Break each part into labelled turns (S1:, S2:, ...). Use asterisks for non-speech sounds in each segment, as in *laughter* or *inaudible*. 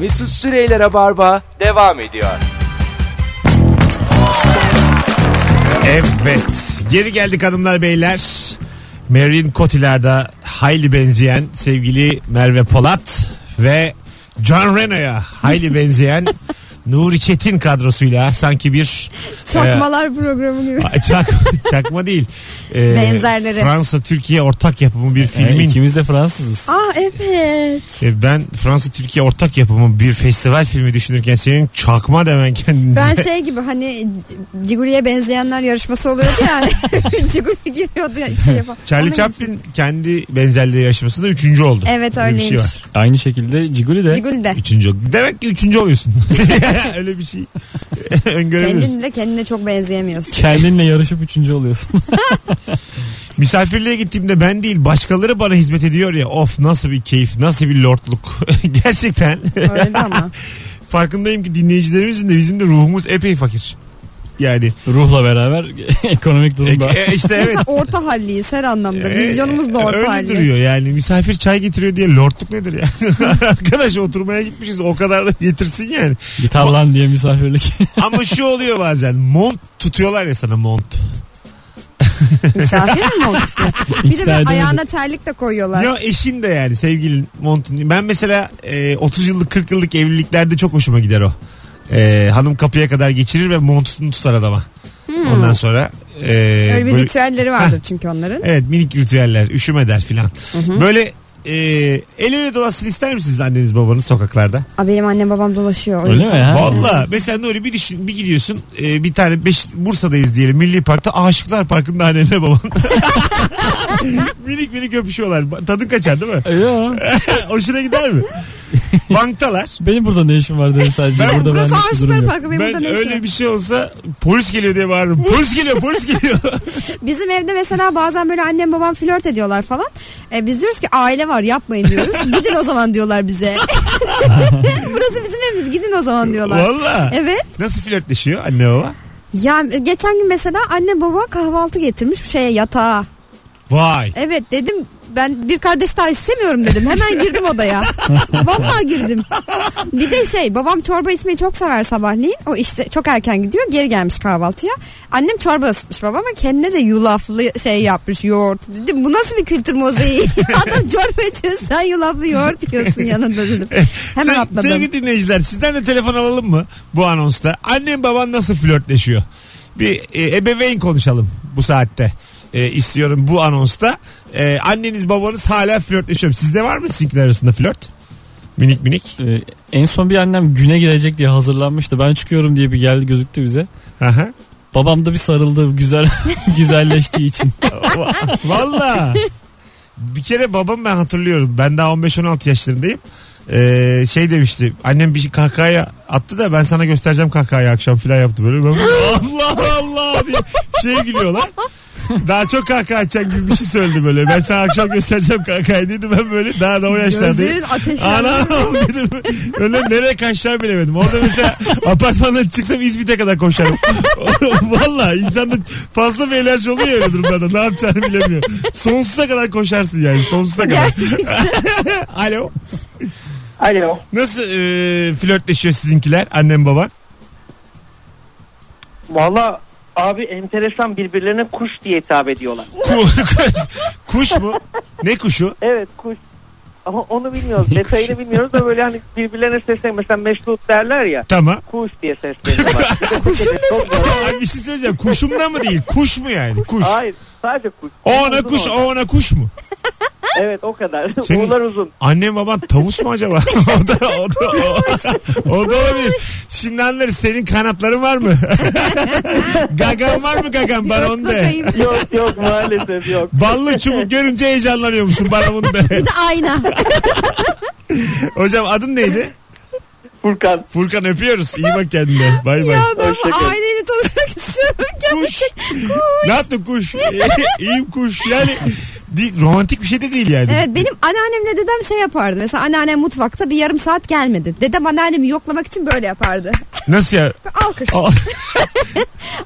S1: Mesut Süreyler'e barba devam ediyor.
S2: Evet. Geri geldik hanımlar beyler. Marin Cotillard'a hayli benzeyen sevgili Merve Polat ve John Reno'ya
S3: *laughs*
S2: hayli benzeyen Nuri Çetin kadrosuyla sanki bir
S3: Çakmalar programı gibi.
S2: e, çak,
S3: *laughs*
S2: çakma değil. e,
S3: Benzerleri. E,
S2: Fransa Türkiye ortak yapımı bir
S4: Yani
S2: filmin
S4: ikimiz de Fransızız.
S3: Aa Ah, evet.
S2: E, ben Fransa Türkiye ortak yapımı bir festival filmi düşünürken senin çakma demen kendinize.
S3: Ben şey gibi hani Ciguri'ye benzeyenler yarışması oluyordu
S2: *laughs*
S3: ya. Ciguri giriyordu ya içeri falan.
S2: Charlie
S3: Onun
S2: Chaplin kendi benzerliği yarışmasında üçüncü oldu.
S3: için. Evet
S2: Öyle bir şey
S3: öyleymiş.
S2: var.
S4: Aynı şekilde Ciguli de.
S3: Ciguri de.
S2: Üçüncü. Demek ki üçüncü oluyorsun. *laughs* Öyle bir şey. *laughs* Öngöremiyorsun.
S3: Kendinle kendine
S2: *laughs*
S3: çok benzeyemiyorsun.
S4: Kendinle yarışıp üçüncü oluyorsun.
S2: Misafirliğe gittiğimde ben değil başkaları bana hizmet ediyor ya. Of nasıl bir keyif, nasıl bir lordluk. *laughs* Gerçekten
S3: Öyle ama.
S2: farkındayım ki dinleyicilerimizin de bizim de ruhumuz epey fakir. Yani
S4: *laughs* Ruhla beraber *laughs* ekonomik durumda.
S2: e, e, işte
S3: *laughs*
S2: evet.
S3: Orta halliyiz her anlamda.
S2: E,
S3: Vizyonumuz da
S2: Öyle
S3: orta halli.
S2: duruyor yani misafir çay getiriyor diye lordluk nedir ya? *laughs* Arkadaş oturmaya gitmişiz o kadar da getirsin yani.
S4: Git lan diye misafirlik.
S2: Ama şu oluyor bazen mont tutuyorlar ya sana mont.
S3: *laughs* Misafir mi oldu?
S4: *laughs*
S3: Bir de
S4: İkna
S3: böyle
S4: edemedim.
S3: ayağına terlik de koyuyorlar.
S2: Ya eşin de yani sevgilin montun. Ben mesela e, 30 yıllık 40 yıllık evliliklerde çok hoşuma gider o. E, hanım kapıya kadar geçirir ve montunu tutar adama. Ondan sonra e,
S3: Hmm. Öyle bir
S2: böyle-
S3: ritüelleri vardır çünkü onların.
S2: evet minik ritüeller üşüme der filan. Böyle e, el ele dolaşsın ister misiniz anneniz babanız sokaklarda?
S3: Aa, benim annem babam dolaşıyor.
S4: Öyle mi? Ha?
S2: Valla mesela Nuri bir, düşün, bir gidiyorsun e, bir tane beş, Bursa'dayız diyelim Milli Park'ta Aşıklar Parkı'nda annenle baban. *laughs* minik minik öpüşüyorlar. Tadın kaçar değil mi?
S4: Yo.
S2: Hoşuna gider
S3: *laughs*
S2: mi? Banktalar.
S4: Benim burada ne işim var dedim sadece.
S2: Ben-
S4: burada
S3: Burası
S4: ben hiçbir durum
S3: Arşivler
S4: yok.
S3: Parkı benim burada
S2: Ben
S3: ne işim var?
S2: öyle bir şey olsa polis geliyor diye bağırırım. Polis geliyor, polis
S3: *laughs*
S2: geliyor.
S3: Bizim evde mesela bazen böyle annem babam flört ediyorlar falan. E, biz diyoruz ki aile var yapmayın diyoruz. Gidin o zaman diyorlar bize. Burası bizim evimiz gidin o zaman diyorlar.
S2: Valla.
S3: Evet.
S2: Nasıl flörtleşiyor anne baba?
S3: Ya e, geçen gün mesela anne baba kahvaltı getirmiş şeye yatağa.
S2: Vay.
S3: Evet dedim ben bir kardeş daha istemiyorum dedim. Hemen girdim
S2: *laughs*
S3: odaya. Vallahi girdim. Bir de şey babam çorba içmeyi çok sever sabahleyin. O işte çok erken gidiyor geri gelmiş kahvaltıya. Annem çorba ısıtmış babama kendine de yulaflı şey yapmış yoğurt. Dedim bu nasıl bir kültür mozaiği? *laughs* Adam çorba içiyor sen yulaflı yoğurt yiyorsun yanında dedim.
S2: *laughs*
S3: Hemen
S2: Sev-
S3: atladım.
S2: sevgili dinleyiciler sizden de telefon alalım mı bu anonsta? Annem baban nasıl flörtleşiyor? Bir e, ebeveyn konuşalım bu saatte. E, istiyorum bu anonsta. E, anneniz babanız hala flörtleşiyor. Sizde var mı sizinkiler arasında flört? Minik minik.
S4: Ee, en son bir annem güne girecek diye hazırlanmıştı. Ben çıkıyorum diye bir geldi gözüktü bize.
S2: Aha.
S4: Babam da bir sarıldı güzel *laughs* güzelleştiği için.
S2: *laughs* Valla. Bir kere babam ben hatırlıyorum. Ben daha 15-16 yaşlarındayım. Ee, şey demişti. Annem bir kahkahaya attı da ben sana göstereceğim kahkahayı akşam filan yaptı böyle. Ben, Allah Allah diye şey gülüyorlar. Daha çok kahkaha açan gibi bir şey söyledi böyle. Ben sana akşam göstereceğim kahkahayı dedi. Ben böyle daha da o yaşlardayım.
S3: Gözlerin ateşlendi.
S2: Anam *laughs* dedim. Öyle nereye kaçacağımı bilemedim. Orada mesela apartmandan çıksam İzmit'e kadar koşarım. Valla insanda fazla bir enerji oluyor öyle durumlarda. Ne yapacağını bilemiyor. Sonsuza kadar koşarsın yani. Sonsuza kadar. *laughs* Alo.
S5: Alo.
S2: Nasıl e, flörtleşiyor sizinkiler annem baban?
S5: Valla abi enteresan birbirlerine kuş diye hitap ediyorlar.
S2: Ku- *laughs* kuş mu? Ne kuşu?
S5: Evet kuş. Ama onu
S2: *laughs*
S5: bilmiyoruz. Detayını bilmiyoruz da böyle hani birbirlerine sesleniyor. Mesela Mesut derler ya.
S2: Tamam.
S5: Kuş diye
S2: *laughs*
S5: sesleniyorlar. Bir de
S3: Kuşun
S5: çok zor.
S2: Ay bir şey söyleyeceğim. Kuşumda mı değil? Kuş mu yani? Kuş.
S5: Hayır sadece kuş.
S2: O ona
S5: Uzun
S2: kuş, o
S5: orada.
S2: ona kuş mu?
S5: Evet o kadar.
S2: *laughs* Senin-
S5: Uğurlar uzun.
S2: Annem baban tavus mu acaba? *laughs* o da o da o, o da olabilir. Şimdi anlarız senin kanatların var mı? *laughs* gagan var mı gagan
S3: bir
S2: bana onu de.
S3: ötlakayım.
S5: Yok yok maalesef yok.
S2: Ballı çubuk görünce heyecanlanıyormuşsun bana bunu de. *laughs*
S3: Bir de ayna.
S2: Hocam adın neydi?
S5: Furkan.
S2: Furkan öpüyoruz. İyi bak kendine. Bay bay.
S3: ya ben bu
S5: Hoşçakalın.
S3: aileyle tanışmak istiyorum.
S2: Kuş.
S3: Gerçek. Kuş.
S2: Ne yaptın kuş? *laughs* İyiyim kuş. Yani bir romantik bir şey de değil yani.
S3: Evet benim anneannemle dedem şey yapardı. Mesela anneannem mutfakta bir yarım saat gelmedi. Dedem anneannemi yoklamak için böyle yapardı.
S2: Nasıl ya?
S3: Alkış.
S2: Aa,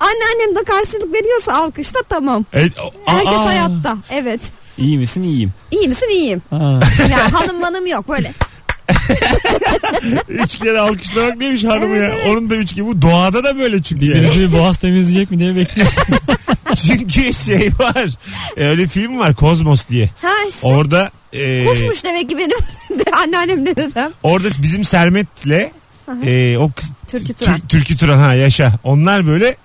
S3: Anneannem de karşılık veriyorsa alkışla tamam.
S2: e, aa,
S3: Herkes
S2: aa.
S3: hayatta. Evet.
S4: İyi misin? İyiyim.
S3: İyi misin? İyiyim.
S4: Ha.
S3: Ya hanım manım yok böyle.
S2: üç kere alkışlamak neymiş hanımı ya. Onun da üç kere. Bu doğada da böyle çünkü. yani.
S4: Birisi bir boğaz temizleyecek mi diye bekliyorsun.
S2: Çünkü şey var. e, Öyle film var Kozmos diye.
S3: Ha işte.
S2: Orada e,
S3: Kuşmuş demek ki benim *laughs* anneannem de dedem.
S2: orada bizim Sermet'le e, o kız,
S3: Türkü Turan.
S2: Tür- Türkü Turan ha yaşa. Onlar böyle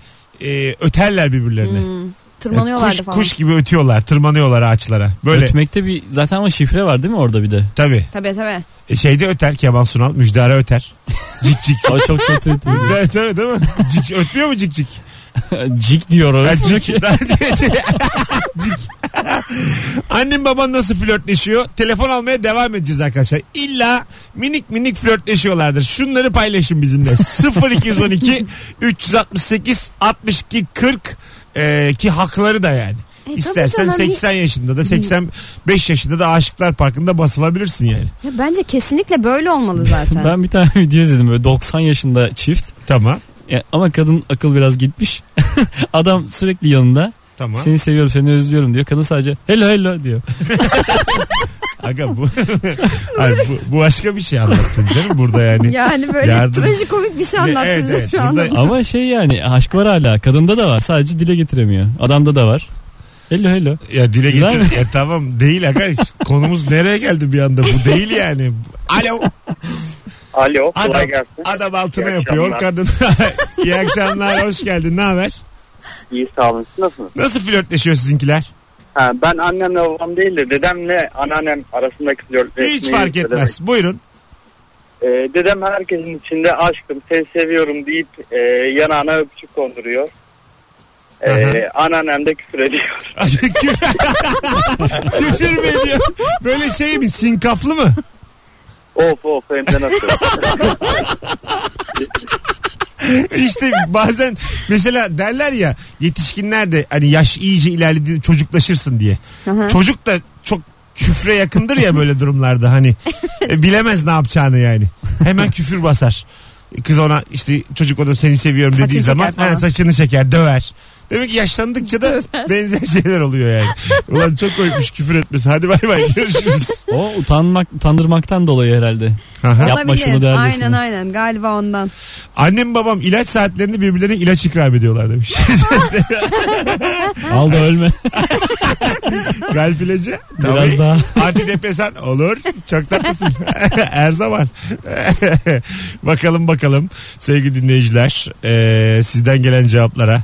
S2: e, öterler birbirlerine.
S3: Hmm, tırmanıyorlardı
S2: kuş,
S3: falan.
S2: Kuş gibi ötüyorlar, tırmanıyorlar ağaçlara. Böyle
S4: Ötmekte bir zaten ama şifre var değil mi orada bir de?
S2: tabii.
S3: Tabii tabii.
S2: E, şeyde öter Kemal Sunal, Müjdar'a öter. Cik cik.
S4: O çok kötü ötüyor.
S2: Evet, evet, değil mi? Cik, ötmüyor mu cik cik?
S4: *laughs* Cik diyor o.
S2: Ha, cik. *laughs* cik. Annem baban nasıl flörtleşiyor? Telefon almaya devam edeceğiz arkadaşlar. İlla minik minik flörtleşiyorlardır. Şunları paylaşın bizimle. 0212 368 62 40 e, ki hakları da yani.
S3: E, tabii
S2: İstersen
S3: canım, hani-
S2: 80 yaşında da 85 yaşında da Aşıklar Parkı'nda basılabilirsin yani.
S3: Ya bence kesinlikle böyle olmalı zaten.
S4: Ben bir tane *laughs* video izledim böyle 90 yaşında çift.
S2: Tamam.
S4: Ya, ama kadın akıl biraz gitmiş. *laughs* Adam sürekli yanında.
S2: Tamam.
S4: Seni seviyorum seni özlüyorum diyor. Kadın sadece hello
S2: *laughs*
S4: hello diyor.
S2: Aga bu, Ay, bu, bu başka bir şey anlattın canım burada yani.
S3: Yani böyle
S2: Yardım-
S3: trajikomik bir şey
S2: Ya,
S3: anlattınız
S2: evet, evet.
S3: şu anda.
S2: Burada-
S4: Ama şey yani aşk var hala. Kadında da var. Sadece dile getiremiyor. Adamda da var. Hello
S3: *laughs*
S4: hello.
S2: Ya dile
S4: Güzel
S2: getir. Ya tamam değil aga. Konumuz nereye geldi bir anda? Bu değil yani. Alo.
S6: Alo
S2: Adam-
S6: kolay gelsin.
S2: Adam altına
S6: İyi
S2: yapıyor
S6: akşamlar.
S2: kadın. *laughs* İyi akşamlar. Hoş geldin. Ne haber?
S6: İyi sağ olun. Siz Nasılsınız?
S2: Nasıl flörtleşiyor sizinkiler?
S6: Ha, ben annemle babam değil de dedemle anneannem arasındaki flörtleşmeyi...
S2: Hiç fark etmez.
S6: ödemek.
S2: Buyurun. *laughs*
S6: Ee, dedem herkesin içinde aşkım seni seviyorum deyip e, yanağına öpücük konduruyor. Ee, anneannem de küfür ediyor.
S2: Kü- *laughs* Küfür mü ediyor? Böyle şey mi? Sinkaflı mı?
S6: *laughs* of of hem de nasıl. *laughs*
S2: İşte bazen mesela derler ya yetişkinler de hani yaş iyice ilerlediğinde çocuklaşırsın diye. Çocuk da çok küfre yakındır ya böyle durumlarda hani E, bilemez ne yapacağını yani. Hemen küfür basar. Kız ona işte çocuk o da seni seviyorum
S3: Saçını
S2: dediği
S3: çeker
S2: zaman
S3: falan.
S2: ha, saçını çeker döver. Demek ki yaşlandıkça da benzer şeyler oluyor yani. Ulan çok koymuş küfür etmesi. Hadi bay bay görüşürüz.
S4: O utanmak utandırmaktan dolayı herhalde.
S2: Aha.
S4: Yapma
S3: Olabilir.
S4: şunu derdesine.
S3: Aynen aynen galiba ondan.
S2: Annem babam ilaç saatlerinde birbirlerine ilaç ikram ediyorlar demiş. *laughs*
S4: Al da ölme.
S2: Galip ilacı.
S4: Biraz daha.
S2: Antidepresan olur. Çok tatlısın. *laughs* Her zaman. *laughs* bakalım bakalım sevgili dinleyiciler e, sizden gelen cevaplara.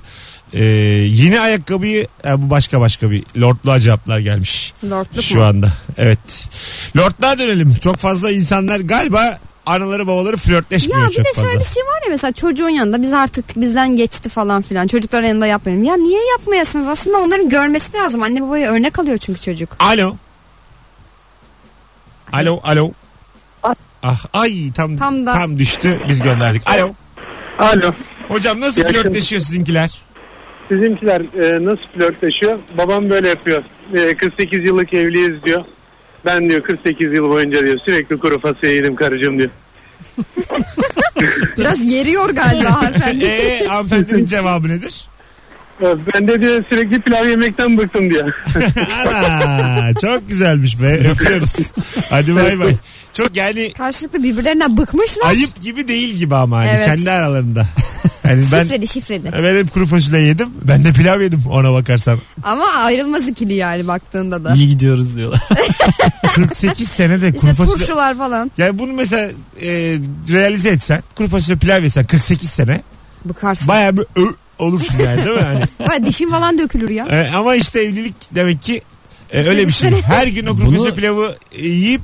S2: E, yeni ayakkabıyı e, bu başka başka bir lordluğa cevaplar gelmiş
S3: Lordluk
S2: şu
S3: mu?
S2: anda. Evet. Lordluğa dönelim. Çok fazla insanlar galiba anaları babaları flörtleşmiyor
S3: Ya bir
S2: çok
S3: de
S2: fazla.
S3: şöyle bir şey var ya mesela çocuğun yanında biz artık bizden geçti falan filan. Çocukların yanında yapmayalım. Ya niye yapmayasınız? Aslında onların görmesi lazım. Anne babaya örnek alıyor
S2: *laughs*
S3: çünkü çocuk.
S2: Alo. Alo alo.
S5: Ah.
S2: Ah ay tam tam,
S3: Tam da.
S2: düştü biz gönderdik. Alo.
S7: Alo.
S2: Hocam nasıl
S7: İyi akşamlar.
S2: flörtleşiyor sizinkiler?
S7: Bizimkiler e, nasıl flörtleşiyor? Babam böyle yapıyor. E, 48 yıllık evliyiz diyor. Ben diyor 48 yıl boyunca diyor sürekli kuru fasulye yedim karıcığım diyor.
S3: Biraz yeriyor galiba
S2: *laughs*
S3: hanımefendi.
S2: Eee E,
S7: *laughs*
S2: hanımefendinin cevabı nedir?
S7: E, ben de diyor sürekli pilav yemekten bıktım diyor.
S2: *laughs* Ana çok güzelmiş be öpüyoruz. Hadi bay bay. Çok yani
S3: Karşılıklı birbirlerinden bıkmışlar.
S2: ayıp gibi değil gibi ama hani
S3: Evet.
S2: kendi aralarında. Yani ben
S3: Şifreli şifreli.
S2: ben hep kuru fasulye yedim. Ben de pilav yedim ona bakarsan.
S3: Ama ayrılmaz ikili yani baktığında da.
S4: İyi gidiyoruz diyorlar.
S2: 48 senede kuru
S3: İşte
S2: fasulye...
S3: turşular falan.
S2: Yani bunu mesela e, realize etsen, kuru fasulye pilav yesen 48 sene
S3: Bıkarsın.
S2: baya bir ö olursun yani değil mi? Hani,
S3: Baya dişin falan dökülür ya.
S2: e, ama işte evlilik demek ki e, öyle bir şey. Her gün o kuru
S4: Bunu-
S2: fasulye pilavı e, yiyip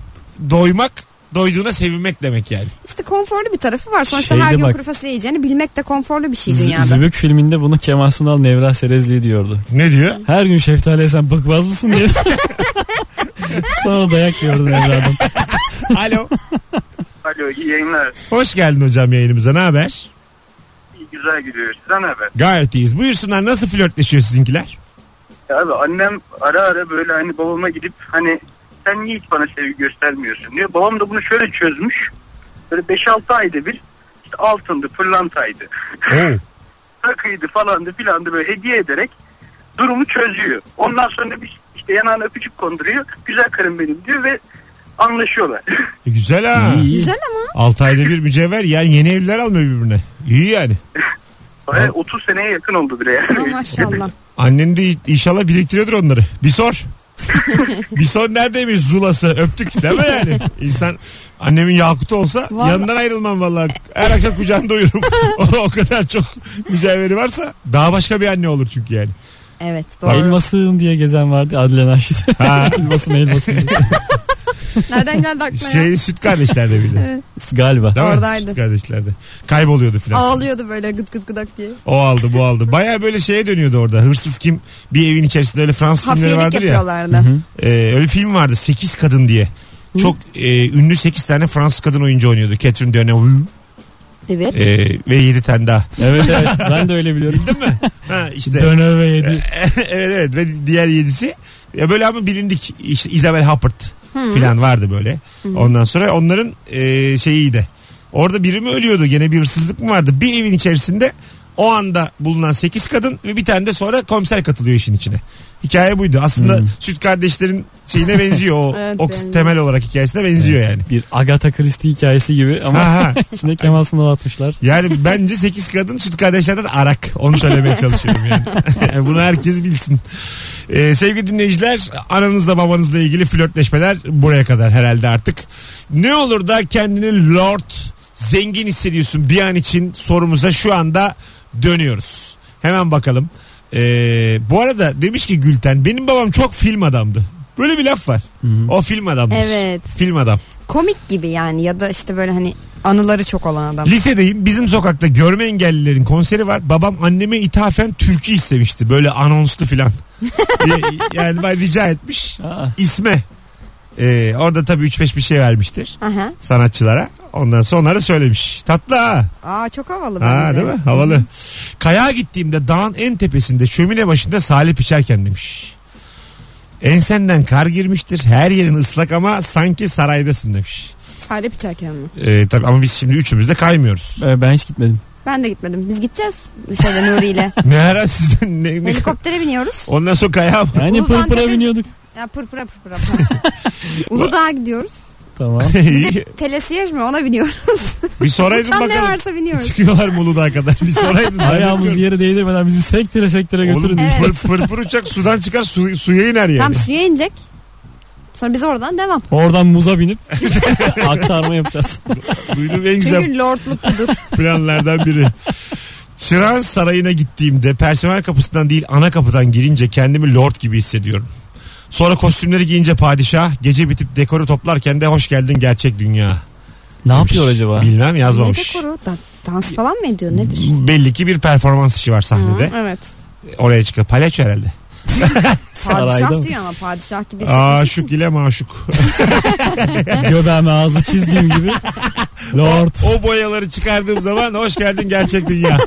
S2: doymak, doyduğuna sevinmek demek yani.
S3: İşte konforlu bir tarafı var. Sonuçta
S4: Şeyde
S3: her gün
S4: bak-
S3: kuru fasulye yiyeceğini bilmek de konforlu bir şey
S4: Z-
S3: dünyada.
S4: Zübük filminde bunu Kemal Sunal Nevra Serezli diyordu.
S2: Ne diyor?
S4: Her gün şeftali yesen bıkmaz mısın diyor. *laughs* Sonra dayak yiyordu Nevra'dan.
S2: Alo.
S6: Alo iyi yayınlar.
S2: Hoş geldin hocam yayınımıza. Ne haber?
S6: İyi, güzel gidiyor. Sizden haber?
S2: Gayet iyiyiz. Buyursunlar nasıl flörtleşiyor sizinkiler?
S6: Ya abi annem ara ara böyle hani babama gidip hani sen niye hiç bana sevgi göstermiyorsun diyor. Babam da bunu şöyle çözmüş. Böyle 5-6 ayda bir işte altındı, pırlantaydı,
S2: Oo.
S6: takıydı falandı filandı böyle hediye ederek durumu çözüyor. Ondan sonra bir işte yanağına öpücük konduruyor. Güzel karım benim diyor ve anlaşıyorlar.
S2: E, güzel ha.
S4: İyi, iyi.
S3: Güzel ama
S2: 6 ayda bir mücevher yani yeni evliler almıyor birbirine. İyi yani.
S6: Baya 30 seneye yakın oldu bile
S3: Aa,
S6: yani.
S3: maşallah.
S2: Annen de inşallah biriktiriyordur onları. Bir
S3: *laughs*
S2: sor. bir sor neredeymiş Zulası öptük değil mi yani? İnsan annemin Yakut'u olsa
S3: Vallahi-
S2: yanından ayrılmam vallahi. Her akşam kucağında
S3: *laughs*
S2: uyurum. o, o kadar çok mücevheri varsa daha başka bir anne olur çünkü yani.
S3: Evet doğru.
S4: Elmasım diye gezen vardı Adile Naşit. *laughs*
S3: *laughs*
S2: Ha.
S4: elmasım elmasım. diye.
S3: Nereden geldi aklına ya?
S2: Şey süt kardeşlerde bile. Değil
S4: Galiba.
S2: mi?
S3: Oradaydı.
S2: Süt kardeşlerde. Kayboluyordu filan.
S3: Ağlıyordu böyle gıt gıt gıdak diye.
S2: O aldı bu aldı. Baya böyle şeye dönüyordu orada. Hırsız kim? Bir evin içerisinde öyle Fransız filmleri
S3: Hafiyelik
S2: vardır ya.
S3: yapıyorlardı.
S2: Ee, öyle film vardı 8 kadın diye. Çok e, ünlü 8 tane Fransız kadın oyuncu oynuyordu. Catherine Deneuve
S3: Evet.
S2: e, ve 7 tane daha.
S4: Evet evet ben de öyle biliyorum.
S2: Bildin mi? ha işte.
S4: Dönöve ve yedi.
S2: *laughs* evet evet ve diğer 7'si. Ya böyle ama bilindik. İşte Isabel Huppert falan vardı böyle. Ondan sonra onların e, şeyiydi. Orada biri mi ölüyordu? Gene bir hırsızlık mı vardı? Bir evin içerisinde o anda bulunan 8 kadın ve bir tane de sonra komiser katılıyor işin içine. Hikaye buydu. Aslında süt kardeşlerin şeyine benziyor. O,
S3: *laughs* Evet,
S2: o
S3: benziyor.
S2: temel olarak hikayesine benziyor yani.
S4: Bir Agatha Christie hikayesi gibi ama
S2: Ha, ha.
S4: içine Kemal Sunal atmışlar.
S2: Yani bence 8 kadın süt kardeşlerden arak. Onu söylemeye çalışıyorum yani. Bunu herkes bilsin. Ee, sevgili dinleyiciler ananızla babanızla ilgili flörtleşmeler buraya kadar herhalde artık. Ne olur da kendini lord zengin hissediyorsun bir an için sorumuza şu anda dönüyoruz. Hemen bakalım. Ee, bu arada demiş ki Gülten benim babam çok film adamdı. Böyle bir laf var. O film adamdır.
S3: Evet.
S2: Film adam.
S3: Komik gibi yani ya da işte böyle hani anıları çok olan adam.
S2: Lisedeyim bizim sokakta görme engellilerin konseri var. Babam anneme ithafen türkü istemişti böyle anonslu filan. Ye- yani ben rica etmiş.
S4: Aa,
S2: İsme. Ee, orada tabii 3-5 bir şey vermiştir
S3: Aha.
S2: sanatçılara. Ondan sonra onlara söylemiş. Tatlı ha.
S3: Aa çok havalı bence.
S2: Ha değil mi? Havalı. Kayağa gittiğimde dağın en tepesinde şömine başında salep içerken demiş. Ensenden kar girmiştir. Her yerin ıslak ama sanki saraydasın demiş.
S3: Salep içerken mi?
S2: Ee, tabii ama biz şimdi üçümüz de kaymıyoruz.
S4: *laughs* e, ben hiç gitmedim.
S3: Ben de gitmedim. Biz gideceğiz. Şeyde Nuri
S2: *laughs*
S3: ile.
S2: Ne ara sizden ne, ne
S3: Helikoptere biniyoruz.
S2: Ondan sonra
S4: *laughs*
S2: kayağa mı?
S4: Yani
S3: Uludağ'ın
S4: pırpıra
S3: tepesi-
S4: biniyorduk.
S3: Ya pırpıra pırpıra.
S2: *laughs*
S3: Uludağ'a gidiyoruz.
S4: Tamam.
S2: İyi.
S3: Telesiyaj mı
S2: *laughs*
S3: ona biniyoruz.
S2: bir soraydın
S3: Uçan ne
S2: bakalım.
S3: varsa biniyoruz.
S2: Çıkıyorlar mı Uludağ'a kadar? Bir soraydın.
S4: Ayağımızı yere değdirmeden bizi sektire sektire
S2: Oğlum
S4: götürün.
S3: Evet.
S2: pır, pır pır uçak sudan çıkar su, suya iner
S3: Tam
S2: yani.
S3: suya inecek. Sonra biz oradan devam.
S4: Oradan muza binip *laughs* aktarma yapacağız.
S2: Duyduğum en güzel
S3: Çünkü lordluk budur.
S2: planlardan biri. Çırağan Sarayı'na gittiğimde personel kapısından değil ana kapıdan girince kendimi lord gibi hissediyorum. Sonra kostümleri giyince padişah, gece bitip dekoru toplarken de hoş geldin gerçek dünya.
S4: Ne
S2: demiş.
S4: yapıyor acaba?
S2: Bilmem
S3: ne
S2: yazmamış.
S3: dekoru? Da- dans falan mı ediyor nedir?
S2: Belli ki bir performans işi var sahnede.
S3: Hı, evet.
S2: Oraya çıkıyor. Palyaço herhalde.
S4: Sarayda
S3: Padişah
S4: mı?
S3: diyor ama padişah gibi. hissediyorsun.
S2: Aşık ile maşuk.
S4: *laughs* Göbeğime ağzı
S2: *laughs*
S4: çizdiğim gibi. Lord.
S2: o boyaları çıkardığım zaman hoş geldin gerçek dünya.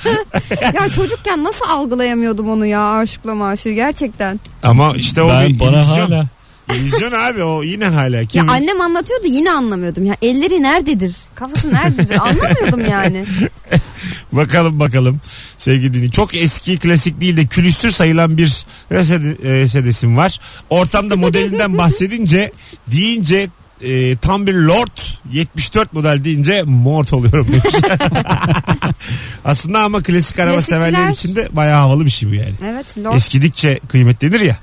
S3: ya çocukken nasıl algılayamıyordum onu ya aşıkla maşığı gerçekten.
S2: Ama işte o
S4: ben
S2: bir
S4: bana
S2: illüzyon.
S4: hala
S2: İllüzyon abi o yine hala.
S3: Ya
S2: Kim?
S3: annem anlatıyordu yine anlamıyordum. Ya elleri nerededir?
S2: *laughs*
S3: Kafası nerededir? Anlamıyordum yani.
S2: Bakalım bakalım sevgili dinleyici. Çok eski klasik değil de külüstür sayılan bir resed- e, sedesim var. Ortamda
S3: *laughs*
S2: modelinden bahsedince deyince e, tam bir lord 74 model deyince mort oluyorum
S3: *laughs*
S2: demiş. Aslında ama klasik araba
S3: Klasikçiler-
S2: severler için de bayağı havalı bir şey bu yani.
S3: Evet lord.
S2: Eskidikçe kıymetlenir ya.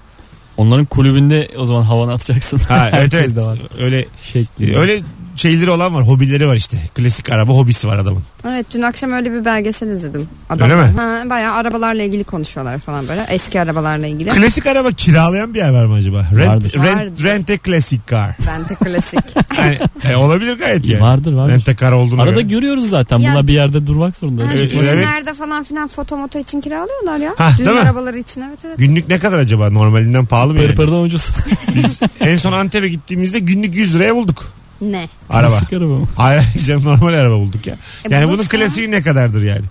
S4: onların kulübünde o zaman havanı atacaksın.
S2: Ha, evet
S4: *laughs* Herkes
S2: evet.
S4: de var. Şey,
S2: Öyle
S4: Şekli.
S2: Ee, öyle şeyleri olan var, hobileri var işte. Klasik araba hobisi var adamın.
S3: Evet dün akşam öyle bir belgesel izledim.
S2: Öyle mi?
S3: Ha, bayağı arabalarla ilgili konuşuyorlar falan böyle. Eski arabalarla
S2: *laughs*
S3: ilgili.
S2: Klasik araba kiralayan bir yer var mı acaba? Rent,
S4: Vardır.
S2: rent,
S3: Vardır.
S2: rent a classic car.
S3: ben de klasik.
S2: *laughs*
S4: *laughs*
S2: Yani, e, olabilir gayet yani.
S4: Vardır vardır.
S2: Rent a car olduğuna
S4: Arada
S2: göre.
S4: görüyoruz zaten.
S3: Ya-
S4: Bunlar bir yerde durmak zorunda.
S3: Ha,
S2: Evet,
S3: şu
S2: evet.
S3: düğünlerde falan filan foto moto için kiralıyorlar ya.
S2: şey Ha,
S3: Düğün
S2: değil mi?
S3: arabaları için evet evet.
S2: Günlük ne kadar acaba? Normalinden pahalı mı yani?
S4: Pırpırdan ucuz.
S2: Biz en son Antep'e gittiğimizde günlük 100 liraya bulduk
S3: Ne?
S4: *laughs*
S2: araba.
S4: Klasik araba mı?
S2: Hayır canım, normal araba bulduk ya.
S3: E,
S2: yani bunun
S3: bulursa-
S2: klasiği ne kadardır yani?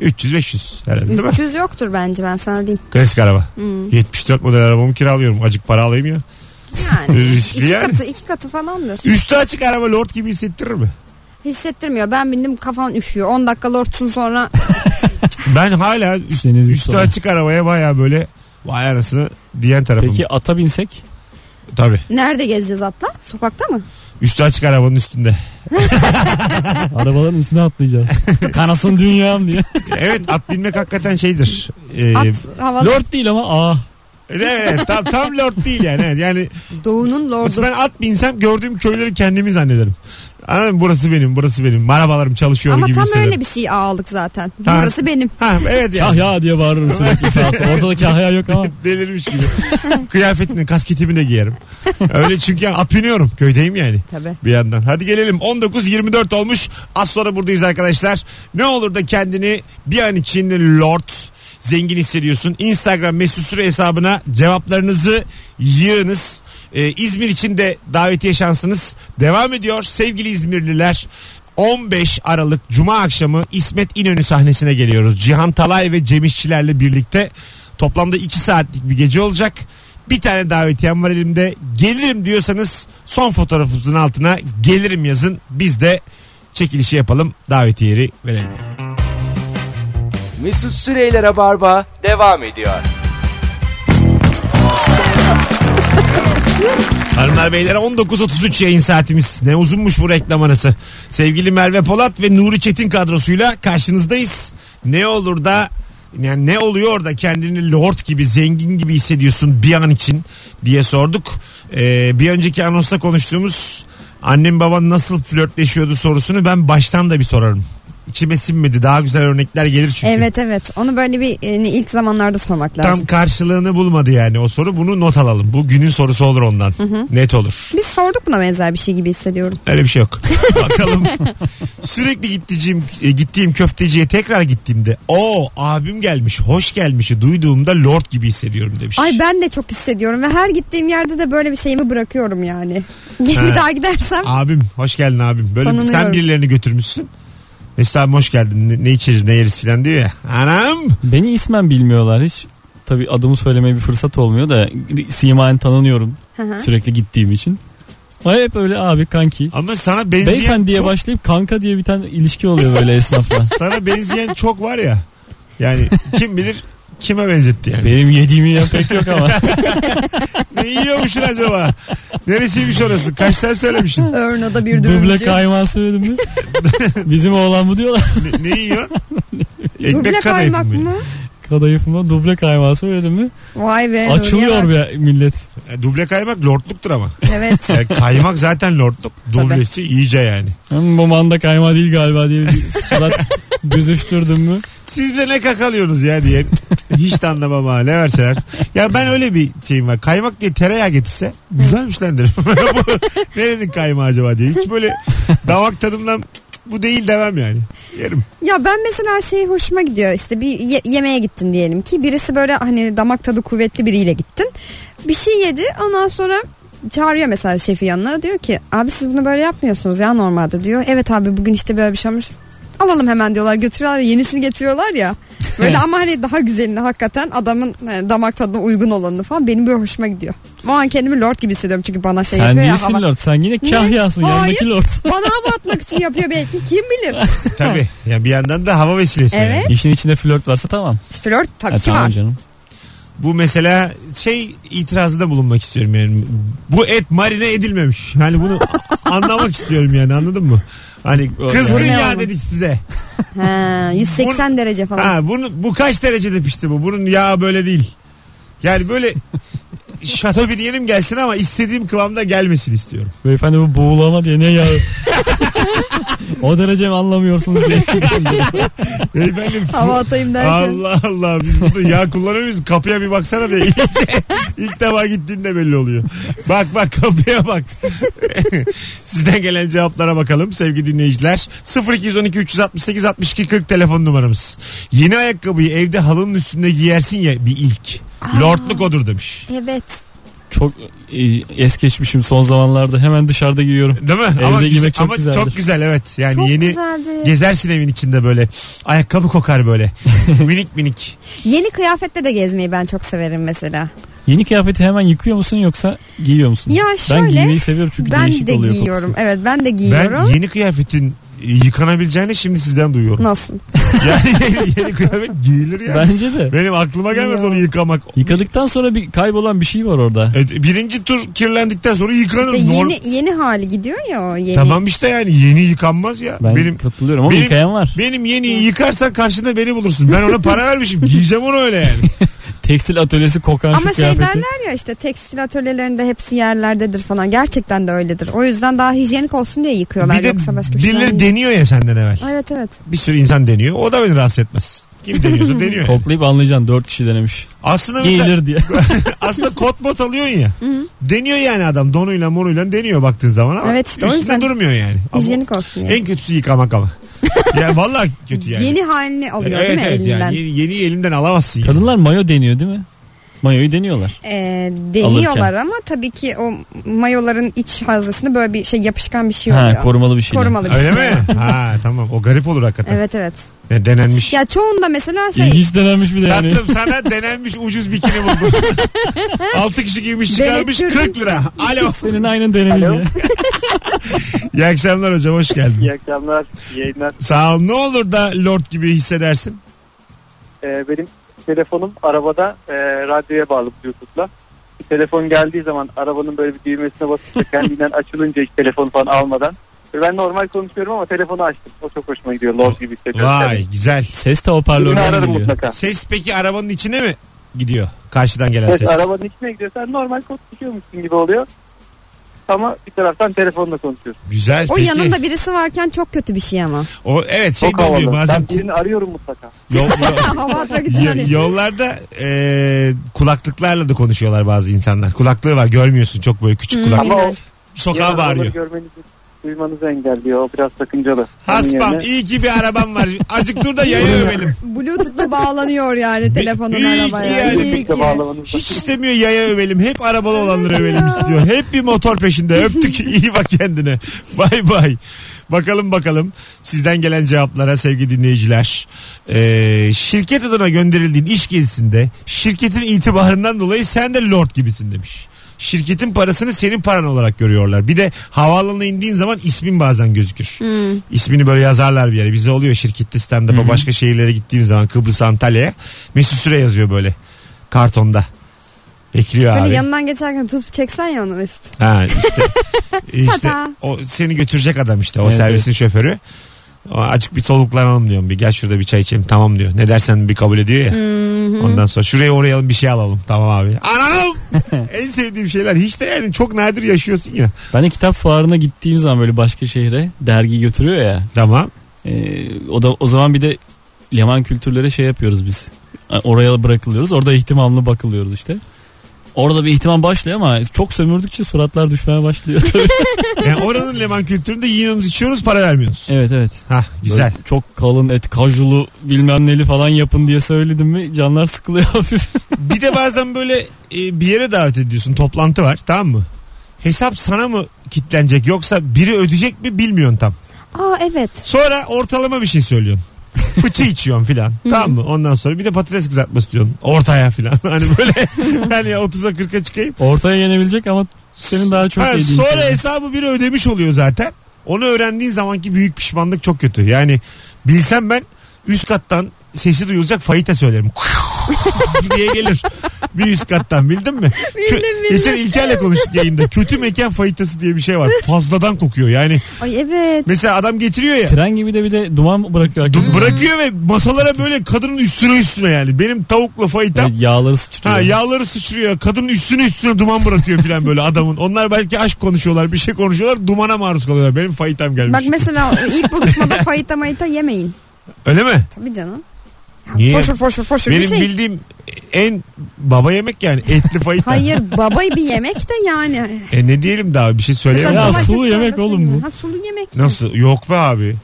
S2: 300-500 herhalde değil mi?
S3: 300 yoktur bence ben sana diyeyim.
S2: Klasik araba.
S3: Hmm.
S2: 74 model arabamı kiralıyorum. Acık para alayım ya.
S3: Yani.
S2: Ee, Riskli
S3: iki
S2: yani.
S3: katı iki katı falandır.
S2: Üstü açık araba lord gibi hissettirir mi?
S3: Hissettirmiyor. Ben bindim kafan üşüyor. 10 dakika lordsun sonra
S2: Ben hala üst-
S4: Seniz
S2: üstü
S4: sonra.
S2: açık arabaya baya böyle vay anasını diyen tarafım.
S4: Peki ata binsek?
S2: Tabii.
S3: nerede gezeceğiz hatta? Sokakta mı?
S2: Üstü açık arabanın üstünde.
S4: Arabaların
S2: *laughs*
S4: üstüne atlayacağız. Kanasın dünyam diye.
S2: Evet
S3: *laughs*
S2: at binmek hakikaten şeydir. Ee,
S3: At havada
S4: Lord değil ama ah.
S2: Evet tam, tam lord değil yani. Evet,
S3: *laughs*
S2: yani
S3: doğunun lordu.
S2: Aslında ben at binsem gördüğüm köyleri kendimi zannederim. Anladın mı? Burası benim, burası benim. Arabalarım çalışıyor
S3: Ama
S2: gibi
S3: tam
S2: hissederim.
S3: öyle bir şey ağalık zaten.
S2: Ha.
S3: Burası benim.
S2: Ha evet yani.
S4: Kahya diye bağırırım sürekli sağa sola. Ortada kahya yok ama.
S2: *laughs* Delirmiş gibi. Kıyafetini, kasketimi de giyerim. Öyle çünkü at biniyorum. Köydeyim yani.
S3: Tabii.
S2: Bir yandan. Hadi gelelim. 19.24 olmuş. Az sonra buradayız arkadaşlar. Ne olur da kendini bir an için lord zengin hissediyorsun. Instagram mesut süre hesabına cevaplarınızı yığınız. Ee, İzmir için de davetiye şansınız devam ediyor. Sevgili İzmirliler 15 Aralık Cuma akşamı İsmet İnönü sahnesine geliyoruz. Cihan Talay ve Cem İşçilerle birlikte toplamda 2 saatlik bir gece olacak. Bir tane davetiyem var elimde. Gelirim diyorsanız son fotoğrafımızın altına gelirim yazın. Biz de çekilişi yapalım. Davetiyeyi verelim.
S1: Mesut Süreyler'e barba devam ediyor.
S2: Hanımlar beyler 19.33 yayın saatimiz. Ne uzunmuş bu reklam arası. Sevgili Merve Polat ve Nuri Çetin kadrosuyla karşınızdayız. Ne olur da yani ne oluyor da kendini lord gibi zengin gibi hissediyorsun bir an için diye sorduk. Ee, bir önceki anonsla konuştuğumuz annem baban nasıl flörtleşiyordu sorusunu ben baştan da bir sorarım. İçime sinmedi daha güzel örnekler gelir çünkü.
S3: Evet evet. Onu böyle bir yani ilk zamanlarda sormak lazım.
S2: Tam karşılığını bulmadı yani o soru. Bunu not alalım. Bu günün sorusu olur ondan. Net olur.
S3: Biz sorduk buna benzer bir şey gibi hissediyorum.
S2: Öyle bir şey yok. *laughs* Bakalım. Sürekli gittiğim, e, gittiğim köfteciye tekrar gittiğimde o abim gelmiş hoş gelmişi duyduğumda lord gibi hissediyorum demiş.
S3: Ay ben de çok hissediyorum ve her gittiğim yerde de böyle bir şeyimi bırakıyorum yani. *laughs*
S2: Ha.
S3: Bir daha gidersem
S2: Abim hoş geldin abim. Böyle
S3: Tanınıyorum.
S2: sen birilerini götürmüşsün. Mesut abim hoş geldin ne, ne içeriz ne yeriz filan diyor ya. Anam.
S4: Beni ismen bilmiyorlar hiç. Tabii adımı söylemeye bir fırsat olmuyor da simayen tanınıyorum
S3: Hı hı.
S2: Şey-
S4: sürekli gittiğim için. Ay hep öyle abi kanki.
S2: Ama sana benzeyen
S4: Beyefendiye
S2: çok,
S4: başlayıp kanka diye bir tane ilişki oluyor
S2: *laughs*
S4: böyle esnafla.
S2: sana benzeyen çok var ya. Yani kim bilir kime benzetti yani.
S4: Benim yediğimi yiyen pek
S3: *laughs*
S4: yok ama.
S2: Ne yiyormuşsun acaba? Neresiymiş orası? Kaç tane söylemişsin?
S3: Örno'da bir
S4: Duble
S3: dürümcü.
S4: kaymağı söyledim mi? *laughs* Bizim oğlan mı diyorlar. *laughs*
S2: Ne, ne yiyor?
S3: Duble
S2: Ekmek kadayıf
S3: kaymak
S2: mı?
S3: mı?
S4: Kadayıfıma duble kaymağı söyledim mi?
S3: Vay be. Nuriye
S4: Açılıyor
S3: bak.
S4: be millet.
S2: E, Duble kaymak lordluktur ama.
S3: Evet.
S2: Yani kaymak zaten lordluk. Dublesi iyice yani.
S4: Hem bu manda kaymağı değil galiba diye bir
S3: *laughs*
S4: surat büzüştürdüm mü?
S2: Siz bize ne kakalıyorsunuz ya diye. Hiç de anlamam ha ne verseler. Ya ben öyle bir şeyim var. Kaymak diye tereyağı getirse güzelmiş lan derim. bu *laughs* nerenin kaymağı acaba diye. Hiç böyle damak tadımdan bu değil demem yani. Yerim.
S3: Ya ben mesela şey hoşuma gidiyor işte bir ye- yemeğe gittin diyelim ki birisi böyle hani damak tadı kuvvetli biriyle gittin. Bir şey yedi ondan sonra çağırıyor mesela şefi yanına diyor ki abi siz bunu böyle yapmıyorsunuz ya normalde diyor. Evet abi bugün işte böyle bir şey olmuş. Alalım hemen diyorlar götürüyorlar yenisini getiriyorlar ya. Böyle ama hani daha güzelini hakikaten adamın yani damak tadına uygun olanını falan benim böyle hoşuma gidiyor. O an kendimi lord gibi hissediyorum çünkü bana şey
S4: sen
S3: yapıyor ya.
S4: değilsin
S3: hava-
S4: lord. Sen yine
S3: Ne?
S4: kahyasın yanındaki
S3: Hayır.
S4: lord.
S3: Bana hava atmak için yapıyor belki kim
S4: *laughs*
S3: bilir.
S2: Tabii. Ya bir yandan da hava vesilesi. yani.
S3: Evet.
S4: İşin içinde flört varsa tamam.
S3: Flört tabii
S4: Ha,
S3: ki
S4: E, tamam
S3: E? var.
S4: canım.
S2: Bu mesela şey itirazında bulunmak istiyorum yani. Bu et marine edilmemiş. Hani bunu anlamak istiyorum yani anladın mı? Hani
S4: Doğru.
S2: kızgın
S3: Bu ne
S2: yağ
S3: oğlum?
S2: dedik size.
S3: Ha, 180 derece falan.
S2: Ha bunu bu kaç derecede pişti bu? Bunun yağı böyle değil. Yani böyle
S3: *laughs*
S2: şato bir yerim gelsin ama istediğim kıvamda gelmesin istiyorum.
S4: Beyefendi bu boğulama diye ne *laughs* ya? o derece mi anlamıyorsunuz diye.
S2: Efendim
S3: Hava atayım derken.
S2: Allah Allah biz burada yağ kullanıyor muyuz? Kapıya bir baksana da iyice.
S3: *laughs*
S2: İlk defa gittiğinde belli oluyor. Bak bak kapıya bak. *laughs* Sizden gelen cevaplara bakalım sevgili dinleyiciler. 0212 368 62 40 telefon numaramız. Yeni ayakkabıyı evde halının üstünde giyersin ya bir ilk. Lordluk odur demiş.
S3: Evet.
S4: *laughs* Çok e, es geçmişim son zamanlarda. Hemen dışarıda giyiyorum.
S2: Değil mi?
S4: Evde
S2: ama
S4: giymek
S2: güzel,
S4: çok
S2: ama
S4: güzeldir.
S2: çok güzel evet. Yani
S3: Çok
S2: yeni
S3: güzeldi.
S2: gezersin evin içinde böyle. Ayakkabı kokar
S4: *laughs*
S2: böyle. minik minik.
S3: Yeni kıyafetle de gezmeyi ben çok severim mesela.
S4: Yeni kıyafeti hemen yıkıyor musun yoksa giyiyor musun?
S3: Ya
S4: ben
S3: şöyle,
S4: giymeyi seviyorum çünkü
S3: ben
S4: değişik
S3: de
S4: oluyor
S3: giyiyorum.
S4: kokusu.
S3: Evet ben de
S2: Ben
S3: giyiyorum.
S2: yeni kıyafetin e, yıkanabileceğini şimdi sizden
S3: *laughs*
S2: duyuyorum.
S3: Nasıl?
S2: yani yeni, yeni kıyafet giyilir ya.
S4: *laughs* Bence de.
S2: Benim aklıma gelmez onu yıkamak.
S4: Yıkadıktan sonra bir kaybolan bir şey var orada.
S2: Evet, birinci tur kirlendikten sonra yıkanır.
S3: İşte
S2: Norm-
S3: yeni yeni hali gidiyor ya o yeni.
S2: Tamam işte yani yeni yıkanmaz ya.
S4: Ben
S2: benim
S4: katılıyorum ama
S2: benim-
S4: yıkayan *laughs* var.
S2: benim yeniyi yıkarsan karşında beni bulursun. Ben ona para
S3: *laughs*
S2: vermişim. Giyeceğim onu öyle yani.
S4: Tekstil atölyesi kokan
S3: Ama
S4: şu
S3: şey
S4: kıyafeti.
S3: derler ya işte tekstil atölyelerinde hepsi yerlerdedir falan. Gerçekten de öyledir. O yüzden daha hijyenik olsun diye yıkıyorlar.
S2: Bir de
S3: Yoksa başka bir şey
S2: birileri
S3: değil.
S2: deniyor ya senden evvel.
S3: Evet evet.
S2: Bir sürü insan deniyor. O da beni rahatsız etmez. Kim
S3: *laughs*
S2: deniyorsa deniyor. yani.
S4: Koklayıp anlayacaksın dört kişi denemiş.
S2: Aslında mesela,
S4: *laughs* Giyilir diye.
S2: aslında kot bot alıyorsun ya. deniyor yani adam donuyla moruyla deniyor baktığın zaman ama
S3: Evet işte o
S2: üstünde
S3: yüzden-
S2: durmuyor yani. Ama
S3: Hijyenik olsun yani.
S2: en kötüsü yıkamak
S3: *laughs*
S2: ama. ya vallahi kötü yani.
S3: Yeni halini alıyor
S2: evet,
S3: değil mi
S2: evet
S3: elinden?
S2: Yani yeni, yeni elimden alamazsın. yani.
S4: Kadınlar mayo deniyor değil mi? Mayoyu deniyorlar.
S3: Ee, deniyorlar ama tabii ki o mayoların iç haznesinde böyle bir şey yapışkan bir şey oluyor.
S4: Ha, korumalı bir şey.
S3: Korumalı bir
S2: Öyle
S3: şey.
S2: mi? ha tamam o garip olur hakikaten.
S3: Evet evet.
S2: Ya, denenmiş.
S3: Ya çoğunda mesela şey
S4: İlginç denenmiş bir de yani.
S2: Tatlım sana denenmiş ucuz bikini
S3: *laughs*
S2: buldum. 6 kişi giymiş çıkarmış
S3: Denettirdim.
S2: 40 lira.
S3: *laughs*
S2: Alo.
S4: Senin aynen denenildi.
S2: İyi akşamlar hocam hoş geldin.
S8: İyi akşamlar, iyi yayınlar.
S2: Sağ ol. Ne olur da lord gibi hissedersin.
S8: Ee, benim telefonum arabada e, radyoya bağlı Bluetooth'la. Bir telefon geldiği zaman arabanın böyle bir düğmesine basınca
S6: *laughs*
S8: kendinden açılınca hiç telefonu falan almadan. Ve Ben normal konuşuyorum ama telefonu açtım. O çok hoşuma gidiyor. Lord gibi hissediyorum.
S2: Vay güzel.
S4: Ses de
S8: Birini
S4: hoparlörden
S8: ararım
S4: geliyor.
S8: mutlaka.
S2: Ses peki arabanın içine mi gidiyor? Karşıdan gelen
S8: Evet,
S2: ses.
S8: arabanın içine gidiyorsan normal konuşuyormuşsun gibi oluyor. Ama bir taraftan telefonla konuşuyorsun.
S2: Güzel.
S3: o
S2: peki.
S3: yanında birisi varken çok kötü bir
S2: *laughs*
S3: şey ama.
S2: O, evet şey
S8: çok
S2: de oluyor
S8: havalı.
S2: bazen
S8: Ben birini arıyorum mutlaka.
S2: *laughs* yol- yol-
S3: *laughs* Hava atmak için
S2: Yo-
S3: hani.
S2: yollarda e, kulaklıklarla da konuşuyorlar bazı insanlar. Kulaklığı var görmüyorsun çok böyle küçük
S3: Hmm,
S2: kulak.
S8: Ama o
S3: minnoş.
S2: Sokağa bağırıyor.
S8: görmenizi, duymanızı engelliyor. O biraz sakıncalı. Onun
S2: Haspam
S8: yerine-
S2: iyi ki bir arabam var. Acık dur da yaya övelim.
S3: Bluetooth'la bağlanıyor yani telefonun
S2: iyi ki
S3: arabaya.
S2: yani.
S3: İyi
S8: Birlikte
S3: ki.
S8: bağlamanız
S2: Hiç istemiyor yaya övelim. Hep arabalı olanları övelim istiyor. Hep bir motor peşinde. Öptük. *laughs* iyi bak kendine. Bay bay. Bakalım bakalım sizden gelen cevaplara sevgili dinleyiciler. Ee, şirket adına gönderildiğin iş gezisinde şirketin itibarından dolayı sen de lord gibisin demiş. Şirketin parasını senin paran olarak görüyorlar. Bir de havaalanına indiğin zaman ismin bazen gözükür. İsmini böyle yazarlar bir yere. Bize oluyor şirkette stand-up'a başka şehirlere gittiğim zaman Kıbrıs Antalya'ya. Mesut Süre yazıyor böyle kartonda.
S4: Hani
S2: Bekliyor
S3: Böyle
S2: abi.
S3: yanından geçerken tutup çeksen ya onu Mesut.
S2: Ha
S4: *laughs*
S2: işte. işte
S3: Tata.
S2: o seni götürecek adam işte o
S4: Evet,
S2: servisin şoförü. O Açık bir soluklanalım diyorum bir gel şurada bir çay içelim tamam diyor. Ne dersen bir kabul ediyor ya. Ondan sonra şuraya uğrayalım bir şey alalım tamam abi.
S4: *laughs*
S2: Anam en sevdiğim şeyler hiç de yani çok nadir yaşıyorsun ya.
S4: Ben de kitap fuarına gittiğim zaman böyle başka şehre dergi götürüyor ya.
S2: Tamam.
S4: Ee, o da o zaman bir de Leman kültürlere şey yapıyoruz biz. Oraya bırakılıyoruz. Orada ihtimamlı bakılıyoruz işte. Orada bir ihtimam başlıyor ama çok sömürdükçe suratlar
S2: *laughs*
S4: düşmeye başlıyor.
S2: Yani oranın Leman kültüründe yiyorsunuz içiyoruz para vermiyorsunuz.
S4: evet evet.
S2: Ha güzel.
S4: Böyle çok kalın et kajulu bilmem neli falan yapın diye söyledim mi canlar sıkılıyor *laughs* hafif.
S2: Bir de bazen böyle e, bir yere davet ediyorsun toplantı var tamam mı? Hesap sana mı kitlenecek yoksa biri ödeyecek mi bilmiyorsun tam.
S3: Aa evet.
S2: Sonra ortalama bir şey söylüyorsun. Fıçı içiyorsun filan. tamam mı? Ondan sonra bir de patates kızartması diyorsun. Ortaya filan. *laughs* Hani böyle hani 30'a 40'a çıkayım.
S4: Ortaya yenebilecek ama senin daha çok
S2: Ha,
S4: yediğin
S2: sonra
S4: şey.
S2: hesabı biri ödemiş oluyor zaten. Onu öğrendiğin zamanki büyük pişmanlık çok kötü. Yani bilsem ben üst kattan sesi duyulacak fayita söylerim. *laughs* diye gelir. Bir üst kattan *laughs* bildin mi? Kö-
S3: Bildim, bildim.
S2: Geçen İlker'le konuştuk yayında. Kötü mekan fayitası diye bir şey var. Fazladan kokuyor. Yani
S3: Ay evet.
S2: mesela adam getiriyor ya.
S4: Tren gibi de bir de duman bırakıyor
S2: Du-
S4: arkasına.
S2: bırakıyor ve masalara böyle kadının üstüne üstüne yani. Benim tavukla fayitam.
S4: Evet, yağları sıçrıyor.
S2: Ha yağları sıçrıyor. Kadının üstüne üstüne duman bırakıyor filan böyle adamın. Onlar belki aşk konuşuyorlar, bir şey konuşuyorlar. Dumana maruz kalıyorlar. Benim fayitam gelmiş.
S3: Bak mesela ilk buluşmada fayita mayita yemeyin.
S2: Öyle mi?
S3: Tabii canım. Ya
S2: Niye?
S3: Foşur foşur foşur bir
S2: Benim
S3: şey.
S2: bildiğim en baba yemek yani etli fayita.
S3: Hayır baba bir yemek de yani.
S2: E ne diyelim daha bir şey söyleyemem.
S4: Ya
S3: domates
S4: sulu
S3: çorbası
S4: yemek oğlum bu.
S3: gibi. Ha sulu yemek.
S2: Nasıl? Yok be abi.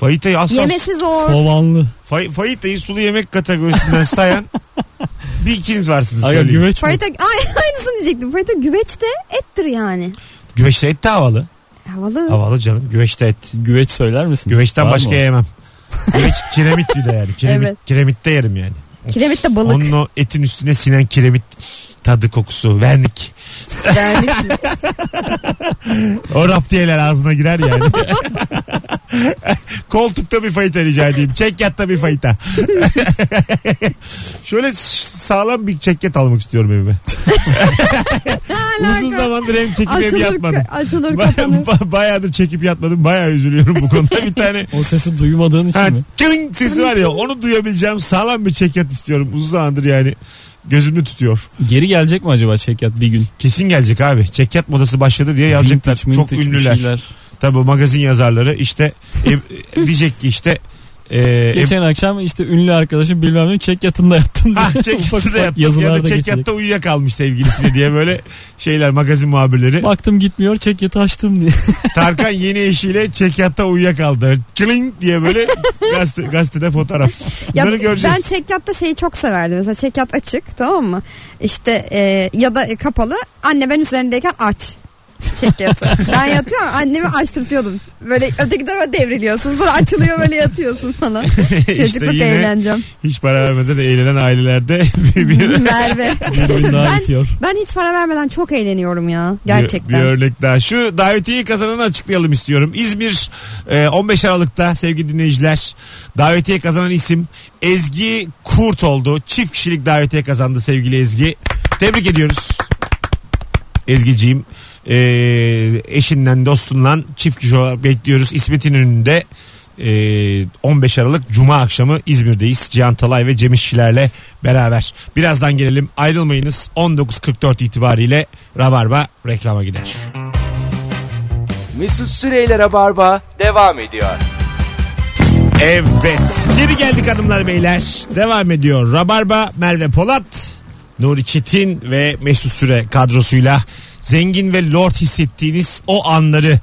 S2: Fayitayı asla
S3: Yemesi zor.
S4: Sovanlı.
S2: fay, fayitayı sulu yemek kategorisinden sayan bir ikiniz varsınız
S4: Aga
S2: söyleyeyim.
S4: güveç mi?
S3: Fayita, ay, *laughs* aynısını diyecektim. Fayita güveç de ettir yani.
S2: Güveçte et de havalı.
S3: Havalı.
S2: Havalı canım. Güveçte et.
S4: Güveç söyler misin?
S2: Güveçten
S4: Var
S2: başka
S4: mı?
S2: yemem. Güveç kiremit bir de yani. Kiremit,
S3: Evet.
S2: Kiremitte yerim yani.
S3: Kiremit de
S2: *laughs*
S3: balık.
S2: Onun o etin üstüne sinen kiremit tadı kokusu vernik.
S3: Vernik mi? *laughs*
S2: O raptiyeler ağzına girer yani. Koltukta bir fayta rica edeyim. Çekyatta bir
S3: *laughs*
S2: fayta. Şöyle s- sağlam bir çekyat almak istiyorum evime. Uzun zamandır hem çekip hem
S3: Açılır,
S2: yatmadım.
S3: açılır
S2: Ba-
S3: kapanır.
S2: ba- bayağı da çekip yatmadım. Bayağı üzülüyorum bu konuda. Bir
S3: *laughs*
S2: tane
S4: O sesi duymadığın için
S2: ha,
S4: mi?
S2: çırınk sesi var ya onu duyabileceğim sağlam bir çekyat istiyorum. Uzun zamandır yani gözümde tutuyor.
S4: Geri gelecek mi acaba çekyat bir gün?
S2: Kesin gelecek abi. Çekyat modası başladı diye yazacaklar.
S4: Vintage,
S2: Çok
S4: vintage bir
S2: ünlüler.
S4: şeyler.
S2: Tabi magazin yazarları işte e- e, diyecek ki işte e, e,
S4: Geçen akşam işte ünlü arkadaşım bilmem ne
S2: *laughs*
S4: çekyatında yattım diye. *laughs*
S2: Ah çekyatta yattı. Ya
S4: yazılarda
S2: da
S4: geçecek.
S2: çekyatta uyuyakalmış sevgilisine diye böyle şeyler magazin muhabirleri.
S4: *laughs* Baktım gitmiyor çekyatı
S2: *laughs*
S4: açtım diye.
S2: Tarkan yeni eşiyle çekyatta uyuyakaldı. Çling diye
S4: *laughs*
S2: böyle gazete, gazetede fotoğraf.
S3: Ya
S2: Bunları göreceğiz.
S3: ben çekyatta şeyi çok severdim. Mesela çekyat açık tamam mı? İşte e, ya da kapalı. Anne ben üzerindeyken aç çekyatı. ben yatıyorum annemi açtırtıyordum. Böyle öteki tarafa devriliyorsun. Sonra açılıyor böyle yatıyorsun
S2: *laughs*
S3: falan.
S2: İşte
S3: Çocukluk
S2: yine
S3: eğlencem.
S2: Hiç para vermeden de eğlenen ailelerde bir, bir, bir-
S3: *laughs* Merve.
S4: Bir oyun daha
S3: Ben-
S4: bitiyor.
S3: Ben hiç para vermeden çok eğleniyorum ya. Gerçekten.
S2: bir örnek daha. Şu davetiyeyi kazananı açıklayalım istiyorum. İzmir e, 15 Aralık'ta sevgili dinleyiciler davetiye kazanan isim Ezgi Kurt oldu. Çift kişilik davetiye kazandı sevgili Ezgi. Tebrik ediyoruz. Ezgi'ciğim e, eşinden dostundan çift kişi olarak bekliyoruz. İsmet İnönü'nde e, 15 Aralık Cuma akşamı İzmir'deyiz. Cihan Talay ve Cem İşçilerle beraber. Birazdan gelelim ayrılmayınız. 19.44 itibariyle Rabarba reklama gider.
S1: Mesut Süreyler'e barba devam ediyor.
S2: Evet. Geri geldik hanımlar beyler. Devam ediyor. Rabarba Merve Polat, Nuri Çetin ve Mesut Süre kadrosuyla zengin ve lord hissettiğiniz o anları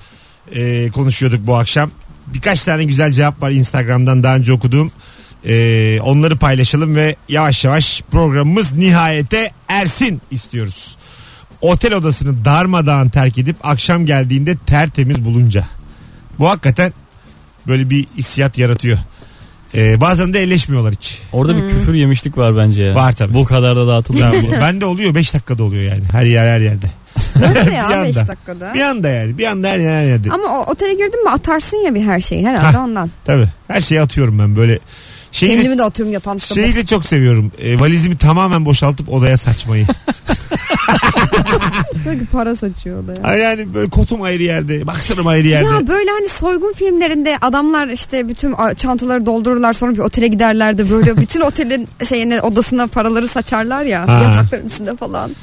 S2: e, konuşuyorduk bu akşam. Birkaç tane güzel cevap var Instagram'dan daha önce okuduğum. E, onları paylaşalım ve yavaş yavaş programımız nihayete ersin istiyoruz. Otel odasını darmadağın terk edip akşam geldiğinde tertemiz bulunca. Bu hakikaten böyle bir hissiyat yaratıyor. Ee, bazen de elleşmiyorlar hiç.
S4: Orada bir küfür yemişlik var bence ya.
S2: Var tabii.
S4: Bu kadar da dağıtılıyor. *laughs*
S2: Ben E, Bende oluyor 5 dakikada oluyor yani her yer her yerde. *laughs*
S3: Nasıl
S2: Bir
S3: ya
S2: anda.
S3: 5 dakikada?
S2: Bir anda yani bir anda her yer her yerde.
S3: Ama o, otele girdin mi atarsın ya bir her şeyi herhalde ondan.
S2: Tabii her şeyi atıyorum ben böyle. Şeyi, de,
S3: Kendimi de atıyorum yatağın üstüne.
S2: şeyi de çok seviyorum. Ee, valizimi tamamen boşaltıp odaya
S3: *laughs*
S2: saçmayı.
S3: Sanki para saçıyor da ya.
S2: Ha yani böyle kotum ayrı yerde, baksırım ayrı yerde.
S3: Ya böyle hani soygun filmlerinde adamlar işte bütün a- çantaları doldururlar sonra bir otele giderlerdi
S2: *laughs*
S3: böyle bütün otelin şeyine odasına paraları saçarlar ya
S2: Ha.
S3: yatakların üstünde falan.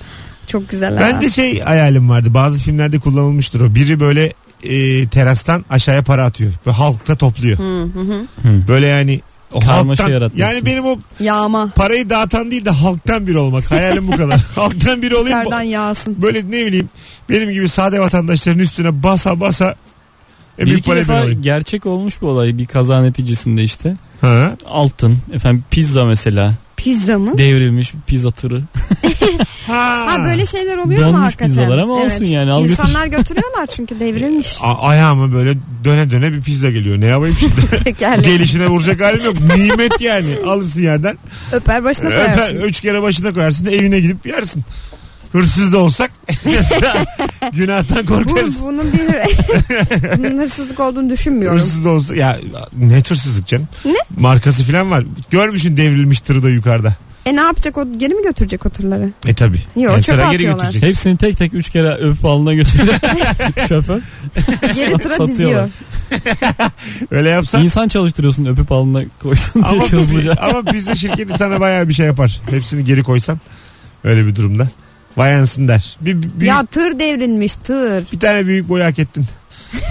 S3: Çok güzel. ha.
S2: Ben de şey hayalim vardı. Bazı filmlerde kullanılmıştır o. Biri böyle e, terastan aşağıya para atıyor. Ve halkta topluyor. Böyle yani o
S4: Karmaşa
S2: halktan,
S4: yaratmak
S2: yani
S4: için.
S2: benim o
S3: Yağma.
S2: parayı dağıtan değil de halktan biri olmak. Hayalim bu
S3: *laughs*
S2: kadar. halktan biri olayım.
S3: Yukarıdan yağsın.
S2: Böyle ne bileyim benim gibi sade vatandaşların üstüne basa basa e,
S4: bir
S2: bir
S4: iki
S2: para
S4: defa
S3: *laughs*
S2: veriyorum.
S4: gerçek olmuş bu olay bir kaza neticisinde işte.
S2: Ha.
S4: Altın, efendim pizza mesela.
S3: Pizza mı?
S4: Devrilmiş pizza tırı.
S2: Ha.
S3: Ha böyle şeyler oluyor mu
S4: Donmuş
S3: hakikaten?
S4: pizzalar ama olsun yani, al götür.
S3: İnsanlar götürüyorlar
S2: *laughs*
S3: çünkü devrilmiş *laughs*
S2: A- ayağıma böyle döne döne bir pizza geliyor. Ne yapayım şimdi?
S3: tekerlek.
S2: Gelişine vuracak halim yok. Nimet
S3: *laughs*
S2: yani. Alırsın yerden.
S3: Öper başına
S2: Öper,
S3: koyarsın.
S2: üç kere başına koyarsın evine gidip yersin. Hırsız da olsak *laughs* günahtan
S3: Bu,
S2: korkarız.
S3: bunun bir *laughs* bunun hırsızlık olduğunu düşünmüyorum.
S2: Hırsız da olsa ya ne hırsızlık canım.
S3: Ne?
S2: Markası falan var. Görmüşsün devrilmiş tırı da yukarıda.
S3: E ne yapacak o geri mi götürecek
S2: *laughs*
S3: o tırları?
S2: E tabi.
S3: Yo, çöpe atıyorlar.
S4: Hepsini tek tek üç kere öpüp alnına götürüyor şoför.
S3: Geri tıra
S4: Satıyorlar.
S3: diziyor.
S2: Öyle yapsan.
S4: İnsan çalıştırıyorsun öpüp alnına koysun diye
S2: ama,
S4: hızlıca.
S2: *laughs* ama pizza şirketi sana bayağı bir şey yapar. Hepsini geri koysan. Öyle bir durumda. Bayansın der. Bir, bir,
S3: Ya tır devrilmiş tır.
S2: bir tane büyük boy hak ettin.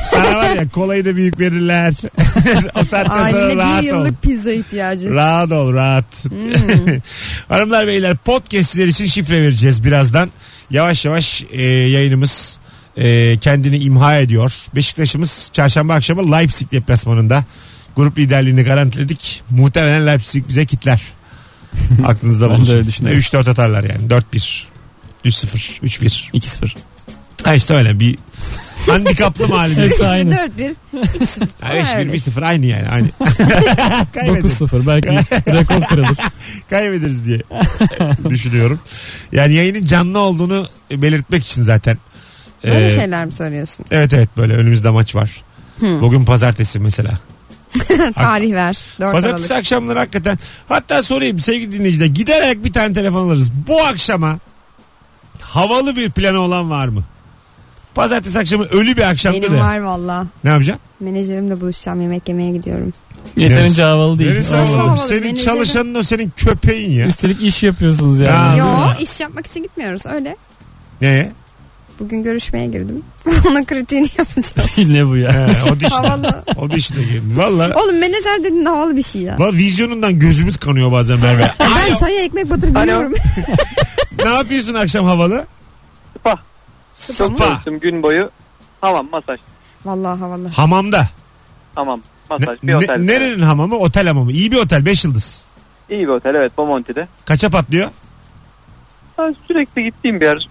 S2: Sana var ya kolayı da büyük verirler. *laughs* o saatten sonra
S3: Haline
S2: *laughs*
S3: bir
S2: rahat ol.
S3: yıllık pizza ihtiyacı.
S2: Rahat ol rahat.
S4: Hmm.
S2: *laughs* Hanımlar beyler podcastçiler için şifre vereceğiz birazdan. Yavaş yavaş e, yayınımız e, kendini imha ediyor. Beşiktaş'ımız çarşamba akşamı Leipzig deplasmanında grup liderliğini garantiledik. Muhtemelen Leipzig bize
S4: *laughs*
S2: kitler. Aklınızda
S4: Ben de
S2: bulunsun.
S4: öyle düşünüyorum.
S2: 3-4 atarlar yani 4-1. 3-0, 3-1.
S4: 2-0.
S2: Ha işte öyle
S4: *laughs*
S2: bir handikaplı mağlubiyet.
S4: Hepsi aynı.
S3: 4 1
S2: *laughs* Ha, 3-1, 1-0 aynı yani
S4: *laughs*
S2: aynı. Kaybederiz.
S4: 9-0 belki rekor kırılır.
S2: kaybederiz diye *laughs* düşünüyorum. Yani yayının canlı olduğunu belirtmek için zaten.
S3: Böyle
S2: Ee,
S3: şey şeyler mi söylüyorsun? *laughs*
S2: Evet evet böyle önümüzde maç var. Bugün pazartesi mesela.
S3: Tarih ver. 4
S2: Pazartesi
S3: Aralık.
S2: akşamları hakikaten. Hatta sorayım sevgili dinleyiciler. Giderek bir tane telefon alırız. Bu akşama havalı bir planı olan var mı? Pazartesi akşamı ölü bir akşamdı
S3: Benim
S2: da.
S3: var valla.
S2: Ne yapacaksın?
S3: Menajerimle buluşacağım yemek yemeye gidiyorum.
S4: Yeterince havalı değil.
S2: Neresi
S3: Vallahi.
S2: havalı?
S3: Havalı,
S2: Senin
S3: menajerim.
S2: çalışanın o senin köpeğin ya.
S4: Üstelik iş yapıyorsunuz yani.
S2: Ya. Ha,
S3: Yo
S2: değil
S3: iş yapmak için gitmiyoruz öyle.
S2: Ne?
S3: Bugün görüşmeye girdim. *laughs* Onun kritiğini yapacağım.
S4: *laughs* ne bu ya?
S2: He, o dişi.
S3: *laughs* Havalı.
S2: o dişi de girdi. Valla.
S3: Oğlum menajer dedin havalı bir şey ya.
S2: Valla vizyonundan gözümüz kanıyor bazen
S3: *laughs*
S2: Merve.
S3: Ben çaya ekmek batırıp biliyorum.
S2: ne yapıyorsun akşam havalı?
S8: Spa.
S2: Spa.
S8: gün boyu hamam, masaj,
S3: *laughs* Vallahi havalı.
S2: Hamamda.
S8: hamam,
S2: Ne-
S8: masaj bir
S2: ne-
S8: otel.
S2: nerenin hamamı? Otel hamamı. İyi bir otel. Beş yıldız.
S8: İyi bir otel evet Bomonti'de.
S2: Kaça patlıyor?
S8: Ben sürekli gittiğim bir yer.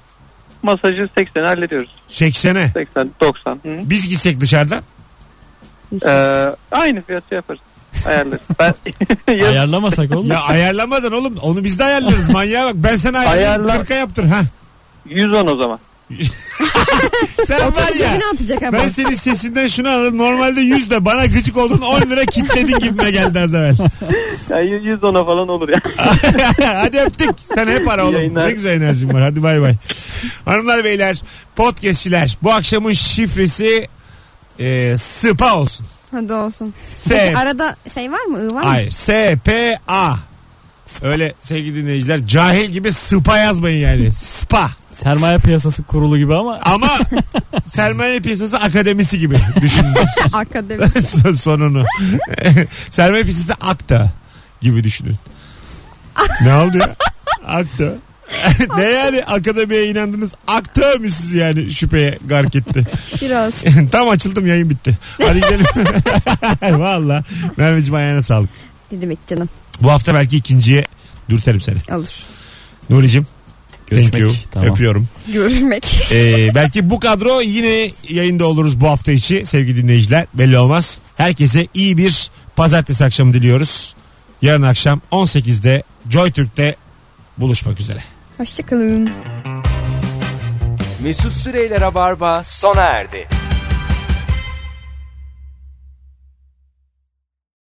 S8: Masajı 80 hallediyoruz.
S2: 80'e.
S8: 80, 90. Hı.
S2: Biz gitsek dışarıdan.
S8: Ee, aynı fiyatı yaparız. Ayarlarız.
S2: *laughs*
S8: Ben *laughs* Yaz-
S4: Ayarlamasak oğlum.
S2: Ya ayarlamadın oğlum. Onu biz de ayarlarız. Manyağa bak. Ben sana ayarlayayım.
S8: Ayarla-
S2: 40'a yaptır. Ha.
S8: 110 o zaman.
S2: Sen var
S3: Otur
S2: ya.
S3: cebine atacak ama.
S2: Ben senin sesinden şunu anladım. Normalde 100 de bana gıcık oldun 10 lira kitledin gibime geldi az evvel. *laughs*
S8: Yani 110'a falan olur ya.
S2: Hadi öptük. Sen hep ara oğlum.
S8: yayınlar.
S2: Ne güzel enerjin var. Hadi bay bay. Hanımlar beyler podcastçiler bu akşamın şifresi e, SPA olsun.
S3: Hadi olsun.
S2: S
S3: Arada şey var mı? I var mı?
S2: Hayır. S-P-A. Öyle sevgili dinleyiciler cahil gibi SPA yazmayın yani. SPA.
S4: Sermaye piyasası kurulu gibi ama
S3: *laughs*
S2: Ama sermaye piyasası akademisi gibi düşünün. *laughs*
S3: Akademi.
S2: sonunu. *laughs* Sermaye piyasası akta gibi düşünün. ne oldu ya? Akta. *laughs* ne yani akademiye inandınız? Akta mı siz yani şüpheye gark etti? *laughs*
S3: Biraz.
S2: Tam açıldım yayın bitti. Hadi gidelim. *laughs* Valla. Merveciğim ayağına sağlık.
S3: Dedim et canım.
S2: Bu hafta belki ikinciye dürterim seni.
S3: Olur.
S2: Nuri'cim thank you.
S4: görüşmek. Tamam.
S2: Öpüyorum.
S3: Görüşmek.
S2: Ee, belki bu kadro yine yayında oluruz bu hafta içi sevgili dinleyiciler. Belli olmaz. Herkese iyi bir pazartesi akşamı diliyoruz. Yarın akşam 18'de Joy Türk'te buluşmak üzere.
S3: Hoşçakalın.
S1: Mesut Süreyler'e barba sona erdi.